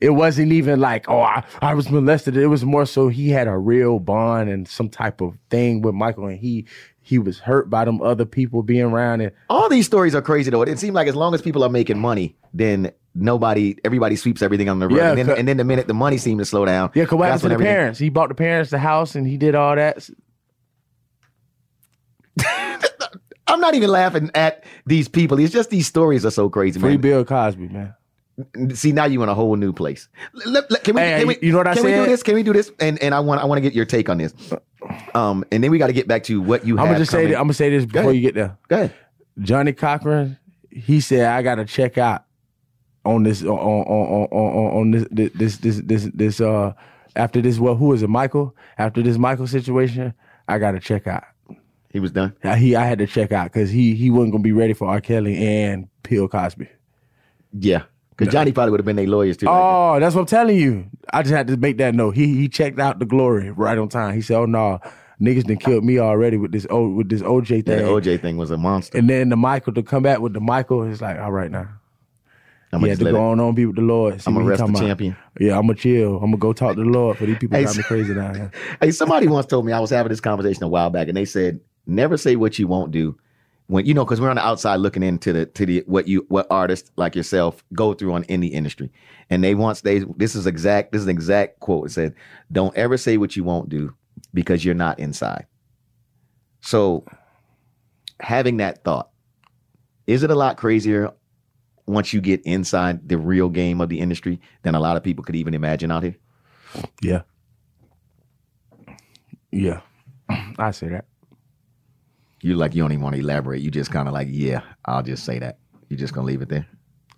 It wasn't even like, oh, I, I was molested. It was more so he had a real bond and some type of thing with Michael, and he he was hurt by them other people being around. And
All these stories are crazy though. It seems like as long as people are making money, then nobody, everybody sweeps everything on the rug.
Yeah,
and, then,
cause-
and then the minute the money seemed to slow down,
yeah, because what
that's
happened to the
when everything-
parents? He bought the parents the house, and he did all that.
I'm not even laughing at these people. It's just these stories are so crazy,
Free
man.
Bill Cosby, man.
See, now you're in a whole new place. Let- let- can we?
Hey,
can we
you know what I
can we do
said?
this? Can we do this? And and I want I want to get your take on this. Um, and then we got to get back to what you.
I'm
have
gonna just say
coming.
that, I'm gonna say this before
ahead.
you get there.
Go ahead.
Johnny Cochran, he said I gotta check out on this on on on on, on this this this this this uh after this well who is it Michael after this Michael situation I gotta check out.
He was done.
I- He I had to check out because he he wasn't gonna be ready for R. Kelly and Bill Cosby.
Yeah, because Johnny probably would have been their lawyers too. right?
Oh, that's what I'm telling you. I just had to make that note. He he checked out the glory right on time. He said, "Oh no, niggas done killed me already with this o, with this OJ
Yeah,
thing."
the OJ thing was a monster.
And then the Michael to come back with the Michael is like, all right now.
I'm
He
gonna
had
just
to
let
go
it.
on, on be with the Lord.
I'm
going
gonna
to
rest the champion.
Yeah, I'm gonna chill. I'm gonna go talk to the Lord for these people
Hey,
got me crazy down here.
Hey, somebody once told me I was having this conversation a while back, and they said, "Never say what you won't do, when you know because we're on the outside looking into the to the what you what artists like yourself go through on in the industry and they once they this is exact this is an exact quote it said don't ever say what you won't do because you're not inside so having that thought is it a lot crazier once you get inside the real game of the industry than a lot of people could even imagine out here
Yeah. Yeah. I say that.
you like you don't even want to elaborate you just kind of like yeah i'll just say that you're just gonna leave it there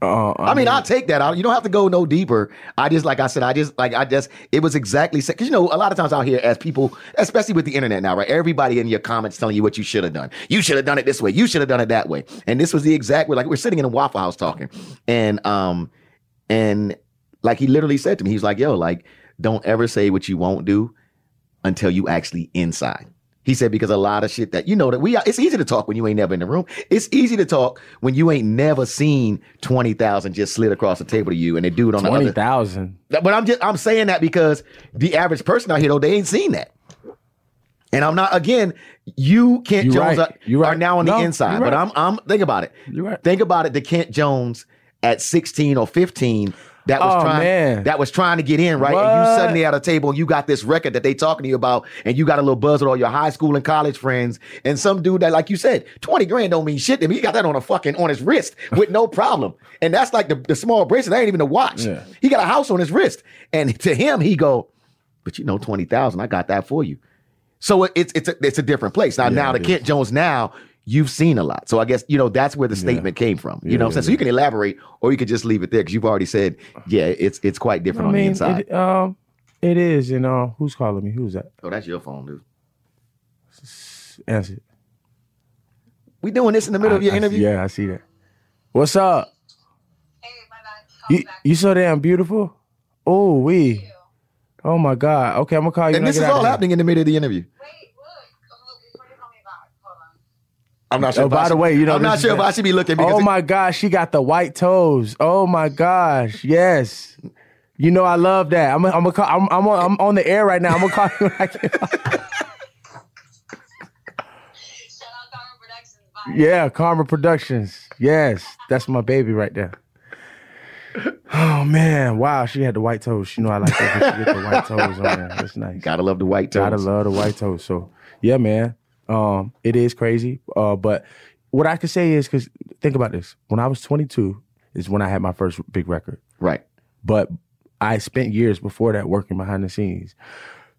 Uh,
I mean, I'll take that. I, you don't have to go no deeper. I just, like I said, I just, like, I just, it was exactly, because, you know, a lot of times out here as people, especially with the internet now, right? Everybody in your comments telling you what you should have done. You should have done it this way. You should have done it that way. And this was the exact way, like, we're sitting in a Waffle House talking. And, um, and like, he literally said to me, he was like, yo, like, don't ever say what you won't do until you actually inside. He said because a lot of shit that you know that we it's easy to talk when you ain't never in the room. It's easy to talk when you ain't never seen twenty thousand just slid across the table to you and the dude on the
twenty
other.
thousand.
But I'm just I'm saying that because the average person out here though they ain't seen that. And I'm not again. You Kent
You
Jones
right.
are,
You right.
are now on
No,
the
you
inside,
right.
but I'm I'm think about it.
You right.
Think about it. The Kent Jones at 16 or 15 that was
Oh,
trying
man.
that was trying to get in right, and you
What?
suddenly at a table and you got this record that they talking to you about, and you got a little buzz with all your high school and college friends, and some dude that like you said, 20 grand don't mean shit to me. He got that on a fucking on his wrist with no problem, and that's like the, the small bracelet. That ain't even a watch.
Yeah.
He got a house on his wrist, and to him he go, but you know 20,000, I got that for you. So it- it's it's a, it's a different place. Now now
it
the Kent Jones now you've seen a lot. So I guess you know that's where the statement came from. You know what I'm
yeah,
saying? So you can elaborate or you could just leave it there because you've already said yeah, it's it's quite different
I
on the
mean,
inside.
it, um, it is. You know, who's calling me? Who's that?
oh, that's your phone, dude.
Answer.
We doing this in the middle of your
I- I-
interview?
yeah, I see that. What's up?
Hey, my bad. Call
You,
back.
you so damn beautiful. Oh we. Oh my God. Okay, I'm gonna call you.
And
when I
this is
get out
all
of here.
happening in the middle of the interview.
Wait, look. Oh, look, what do you call me back? Hold on.
I'm not sure.
Oh,
if
by
I
the
should-
way, you know,
I'm
this
not
is
sure if
the-
I should be looking because
Oh
it-
my gosh, she got the white toes. Oh my gosh, yes. You know I love that. I'm I'm, a, call- I'm, I'm, on, I'm on the air right now. I'm gonna call you. When I get out.
Shout out Carmen Productions. Bye.
yeah, Karma Productions. Yes, that's my baby right there. Oh man, wow, she had the white toes. You know I like that. when She get the white toes on there. That's nice.
gotta love the white toes.
Gotta love the white toast. So yeah, man. Um, it is crazy. Uh, but what I could say is because think about this. When I was 22 is when I had my first big record.
Right.
But I spent years before that working behind the scenes.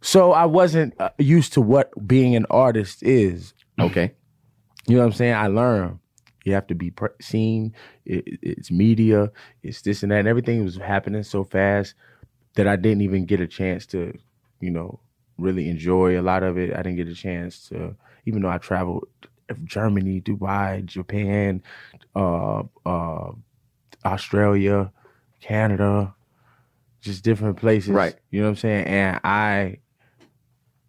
So I wasn't uh, used to what being an artist is.
Okay.
You know what I'm saying? I learned. You have to be pre- seen. It, it- it's media. It's this and that. And everything was happening so fast that I didn't even get a chance to, you know, really enjoy a lot of it. I didn't get a chance to, even though I traveled Germany, Dubai, Japan, uh, uh, Australia, Canada, just different places.
Right.
You know what I'm saying? And I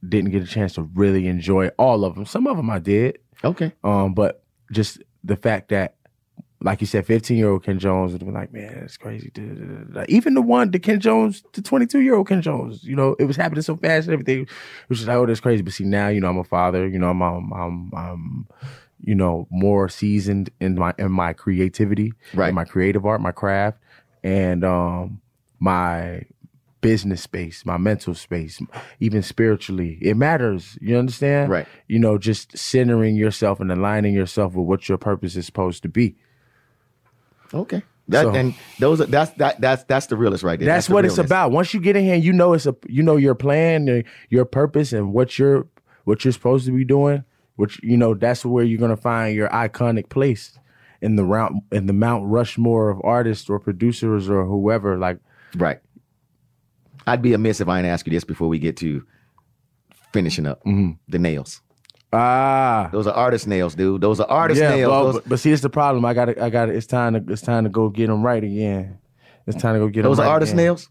didn't get a chance to really enjoy all of them. Some of them I did.
Okay.
Um, but just the fact that, like you said, 15 year old Ken Jones would have been like, man, it's crazy. da, da, da, da, da." Even the one, the Ken Jones, the 22 year old Ken Jones, you know, it was happening so fast and everything. It was just like, oh, that's crazy. But see, now, you know, I'm a father, you know, I'm, I'm, I'm, I'm you know, more seasoned in my, in my creativity,
Right.
in my creative art, my craft, and, um, my business space, my mental space, even spiritually. It matters. You understand?
Right.
You know, just centering yourself and aligning yourself with what your purpose is supposed to be.
Okay. That
So-
and those are that's that that's that's the realest right there.
That's,
the
what it's
realest.
about. Once you get in here, and you know it's a you know your plan, your- your purpose, and what you're what you're supposed to be doing. Which you know that's where you're gonna find your iconic place in the round in the Mount Rushmore of artists or producers or whoever. Like
Right. I'd be amiss if I didn't ask you this before we get to finishing up
Mm-hmm.
the nails.
ah,
Those are artist nails, dude. Those are artist
yeah,
nails.
well,
those
but, but see, it's the problem. I got to I got to It's time to it's time to go get them right again. It's time to go get
those
them.
are
right
artist
again.
nails.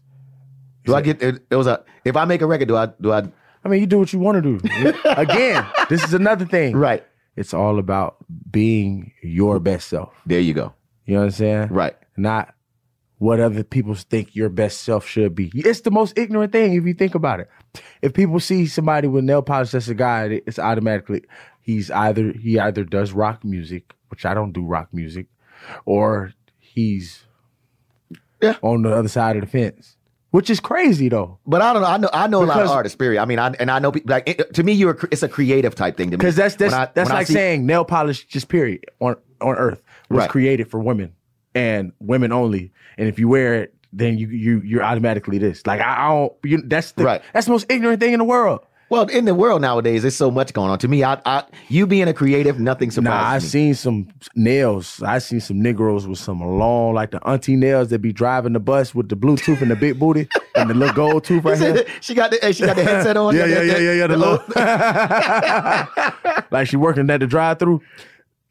Do I get it- those are if I make a record, do I do I
I mean, you do what you want to do. again, this is another thing.
Right.
It's all about being your best self.
There you go.
You know what I'm saying?
Right.
Not what other people think your best self should be. It's the most ignorant thing if you think about it. If people see somebody with nail polish that's a guy, it's automatically he's either he either does rock music, which I don't do rock music, or he's
Yeah.
on the other side of the fence, which is crazy though.
But I don't know. I know. I know a lot of
Because-
artists. Period. I mean, I and I know people. Like it, to me, you're. a cr- It's a creative type thing to me.
Because that's that's
When I-
that's
when I
like
see-
saying nail polish just period on on Earth was
Right.
created for women and women only. And if you wear it, then you you you're automatically this. Like I, I don't. You, that's the
Right.
that's the most ignorant thing in the world.
Well, in the world nowadays, there's so much going on. To me, I, I you being a creative, nothing surprises
Nah, I
me.
seen some nails. I seen some Negroes with some long, like the auntie nails that be driving the bus with the blue tooth and the big booty and the little gold tooth right here.
she got the hey, she got the headset on.
Yeah, yeah, yeah, yeah, yeah. The little like she working at the drive-through.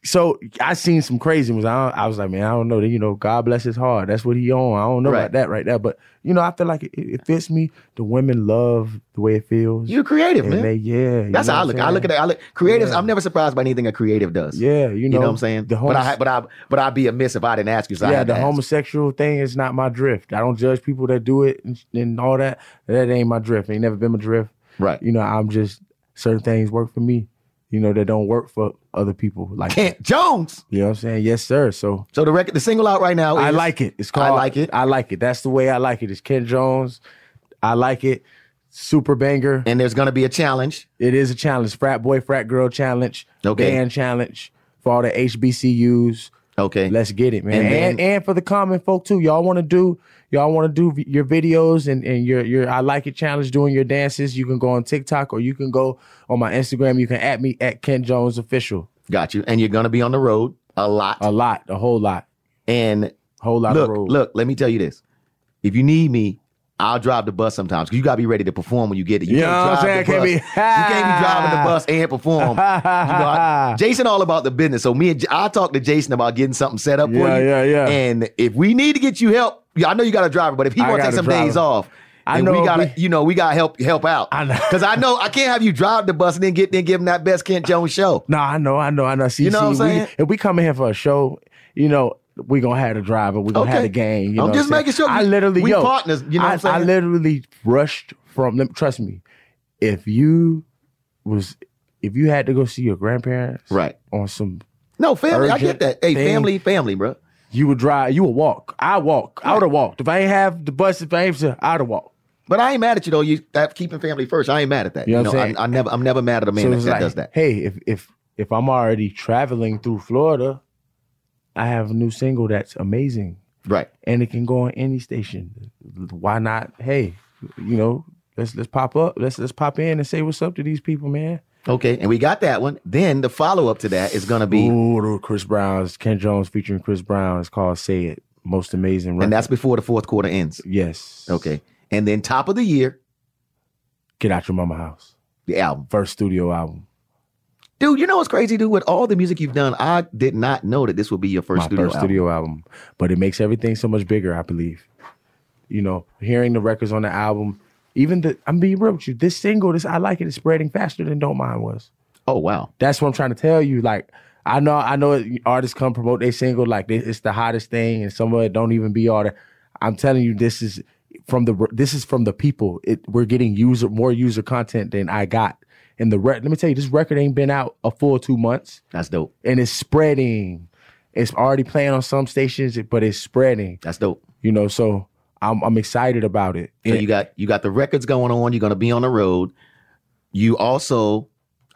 So I seen some crazy ones. I, I was like, man, I don't know. You know, God bless his heart. That's what he on. I don't know
Right.
about that right there, but you know, I feel like it, it fits me. The women love the way it feels.
You're creative,
and
man.
they, yeah. you
That's
know
how I
what
look.
I'm
I look at
saying?
it. I look creatives.
Yeah.
I'm never surprised by anything a creative does.
Yeah, you
you
know,
know, what I'm saying.
The
but I
homes-
but I but I'd be amiss if I didn't ask you. So I
yeah,
had
the
to ask.
homosexual thing is not my drift. I don't judge people that do it and, and all that. That ain't my drift. Ain't never been my drift.
Right.
You know, I'm just certain things work for me. You know, that don't work for other people. Like
Kent Jones.
you know what I'm saying? Yes, sir. So
So the record, the single out right now. Is,
I like it. It's
Oh, I
called
like it.
I like it. That's the way I like it. It's Ken Jones. I like it. Super banger.
And there's gonna be a challenge.
It is a challenge. Frat boy, frat girl challenge.
Okay.
Band challenge for all the HBCUs.
Okay.
Let's get it, man.
And
And,
then-
and, for the common folk too. Y'all want to do y'all want to do v- your videos and and your your I like it challenge doing your dances. You can go on TikTok or you can go on my Instagram. You can at me at Ken Jones official.
Got you. And you're gonna be on the road a lot.
A lot, a whole lot,
and
whole lot
look,
of road.
look. Let me tell you this. If you need me, I'll drive the bus sometimes. 'cause You gotta be ready to perform when you get it. You,
You know
can't
what
drive
I'm
the
saying?
bus.
Can't be-
you can't be driving the bus and perform. You know, I- Jason all about the business. So me and J- I talked to Jason about getting something set up for
Yeah,
you.
yeah, yeah.
And if we need to get you help, yeah, I know you got a driver, but if he
I
want to
got
take
a
some
driver.
days off,
I
then
know
we gotta,
we-
you know, we gotta help help out.
I know.
Because I know I can't have you drive the bus and then get then give him that best Kent Jones show.
No, I know, I know, I know. See,
You know what
see,
I'm
we-
saying?
if we come in here for a show, you know, we gonna have the driver. We gonna have
Okay.
the game. You
I'm
know what
just
saying?
making sure
I
we-
literally,
we
yo,
partners, you know
I,
what I'm
I
saying?
literally rushed from. Let trust me. If you was, if you had to go see your grandparents,
Right.
on some,
No, family, I get
Urgent
that. Hey,
thing.
family, family, bro.
you would drive. You would walk. I walk. I would have walked. If I ain't have the bus, if I ain't, I'd have walked.
But I ain't mad at you though. You that keeping family first. I ain't mad at that.
You know what I'm saying?
I, I never I'm never mad at a man that,
it's
that
like,
does that.
Hey, if if if I'm already traveling through Florida, I have a new single that's amazing.
Right.
and it can go on any station. Why not? Hey, you know, let's let's pop up. Let's let's pop in and say what's up to these people, man.
Okay. And we got that one. Then the follow up to that is gonna be
Ooh, the Chris Brown's Ken Jones featuring Chris Brown is called "Say It." Most amazing, record.
and that's before the fourth quarter ends.
yes.
Okay. And then top of the year,
get out your mama house.
the album.
First studio album.
Dude, you know what's crazy, dude? With all the music you've done, I did not know that this would be your first
my
studio
first
album.
studio album. But it makes everything so much bigger, I believe. You know, hearing the records on the album, even the I'm being real with you. This single, this I like it is spreading faster than Don't Mind was.
Oh wow.
That's what I'm trying to tell you. Like, I know, I know artists come promote their single like they, it's the hottest thing, and some of it don't even be all that. I'm telling you, this is from the this is from the people. It, we're getting user more user content than I got. And the rec- let me tell you, this record ain't been out a full two months,
That's dope.
and it's spreading. It's already playing on some stations, but it's spreading.
That's dope.
You know, so I'm I'm excited about it.
So you got you got the records going on, you're gonna be on the road. You also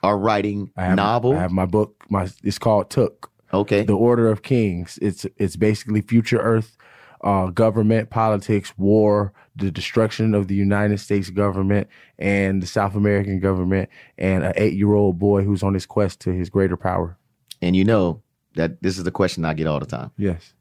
are writing
I have,
novel.
I have my book. My it's called Took.
okay.
the Order of Kings. It's it's basically future Earth, uh, government, politics, war, the destruction of the United States government and the South American government, and an eight-year-old boy who's on his quest to his greater power.
and you know that this is the question I get all the time.
Yes.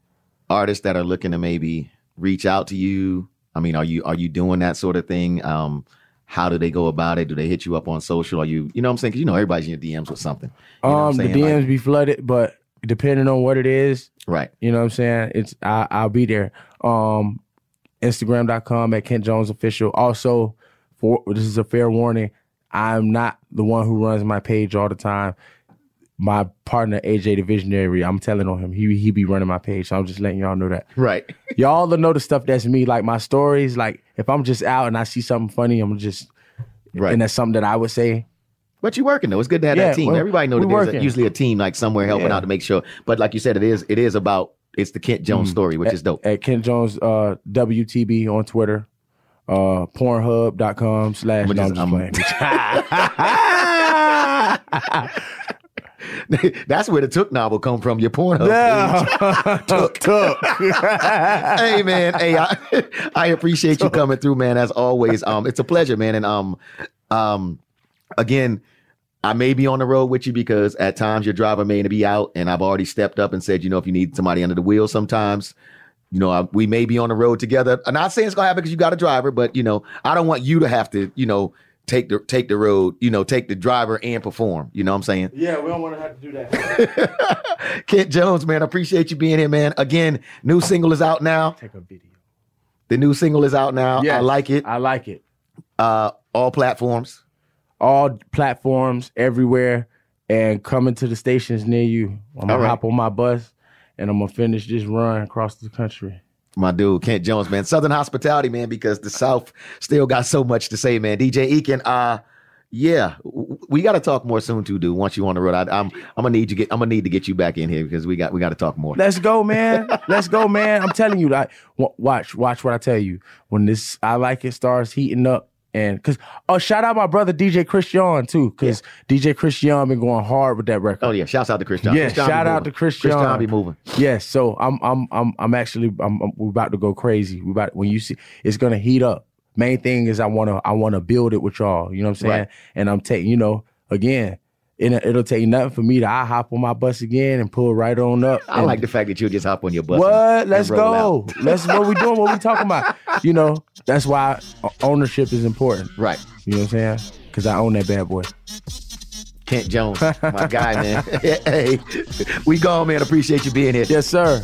Artists that are looking to maybe reach out to you. I mean, are you are you doing that sort of thing? Um, how do they go about it? Do they hit you up on social? Are you you know what I'm saying? 'Cause you know everybody's in your DMs with something. You know what I'm
um, the
saying? Like-
DMs be flooded, but depending on what it is,
right.
you know what I'm saying. It's I, I'll be there. Um, Instagram.com at Kent Jones official. Also, for this is a fair warning. I'm not the one who runs my page all the time. My partner AJ the Visionary, I'm telling on him. He he be running my page, so I'm just letting y'all know that.
Right.
Y'all know the stuff that's me, like my stories. Like if I'm just out and I see something funny, I'm just
Right.
and that's something that I would say.
But you're working though. It's good to have
Yeah,
that team.
well,
Everybody know that
we're
there's a,
working.
usually a team like somewhere helping
Yeah.
out to make sure. But like you said, it is it is about it's the Kent Jones
Mhm.
story, which is dope.
at Kent Jones uh, WTB on Twitter, uh, Pornhub.com slash.
I'ma
No, I'm
just-
just playing. Eh,
That's where the Took novel come from. Your Pornhub. page.
No. Took, took.
hey man, hey, I, I appreciate you coming through, man. As always, um, it's a pleasure, man. And um, um, again, I may be on the road with you because at times your driver may be out, and I've already stepped up and said, you know, if you need somebody under the wheel, sometimes. You know, I, we may be on the road together. I'm not saying it's gonna happen because you got a driver, but you know, I don't want you to have to, you know, take the take the road, you know, take the driver and perform. You know what I'm saying?
Yeah, we don't want to have to do that.
Kent Jones, man, I appreciate you being here, man. Again, new single is out now.
Take a video.
The new single is out now. I
Yes.
like it.
I like it.
Uh, all platforms.
All platforms, everywhere, and coming to the stations near you. I'm
All
going
right.
to hop on my bus and I'm going to finish this run across the country.
My dude, Kent Jones, man. Southern hospitality, man, because the South still got so much to say, man. DJ Eakin, uh, yeah, w- we got to talk more soon too, dude. Once you on the road, I, I'm I'm gonna need you get I'm gonna need to get you back in here because we got we got to talk more.
Let's go, man. Let's go, man. I'm telling you, like, wa- watch, watch what I tell you. When this I like it starts heating up, and cause oh, shout out my brother DJ Christian too, cause DJ Christian been going hard with that record.
Oh yeah, shouts out to Chris John.
Yeah,
Chris John be
shout out
moving.
to Chris
Chris John
John.
be moving.
Yes, so I'm, I'm, I'm, I'm actually, I'm, I'm we're about to go crazy. We about when you see it's gonna heat up. Main thing is I wanna, I wanna build it with y'all. You know what I'm saying?
Right.
And I'm taking, you know, again. It, it'll take nothing for me to I hop on my bus again and pull right on up.
I
and
like the fact that you just hop on your bus.
What?
and-
Let's
and roll out.
go. Let's what we doing. What we talking about? You know, that's why o- ownership is important.
Right.
You know what I'm saying? Because I own that bad boy.
Kent Jones, my guy, man. hey, we gone, man. Appreciate you being here.
Yes, sir.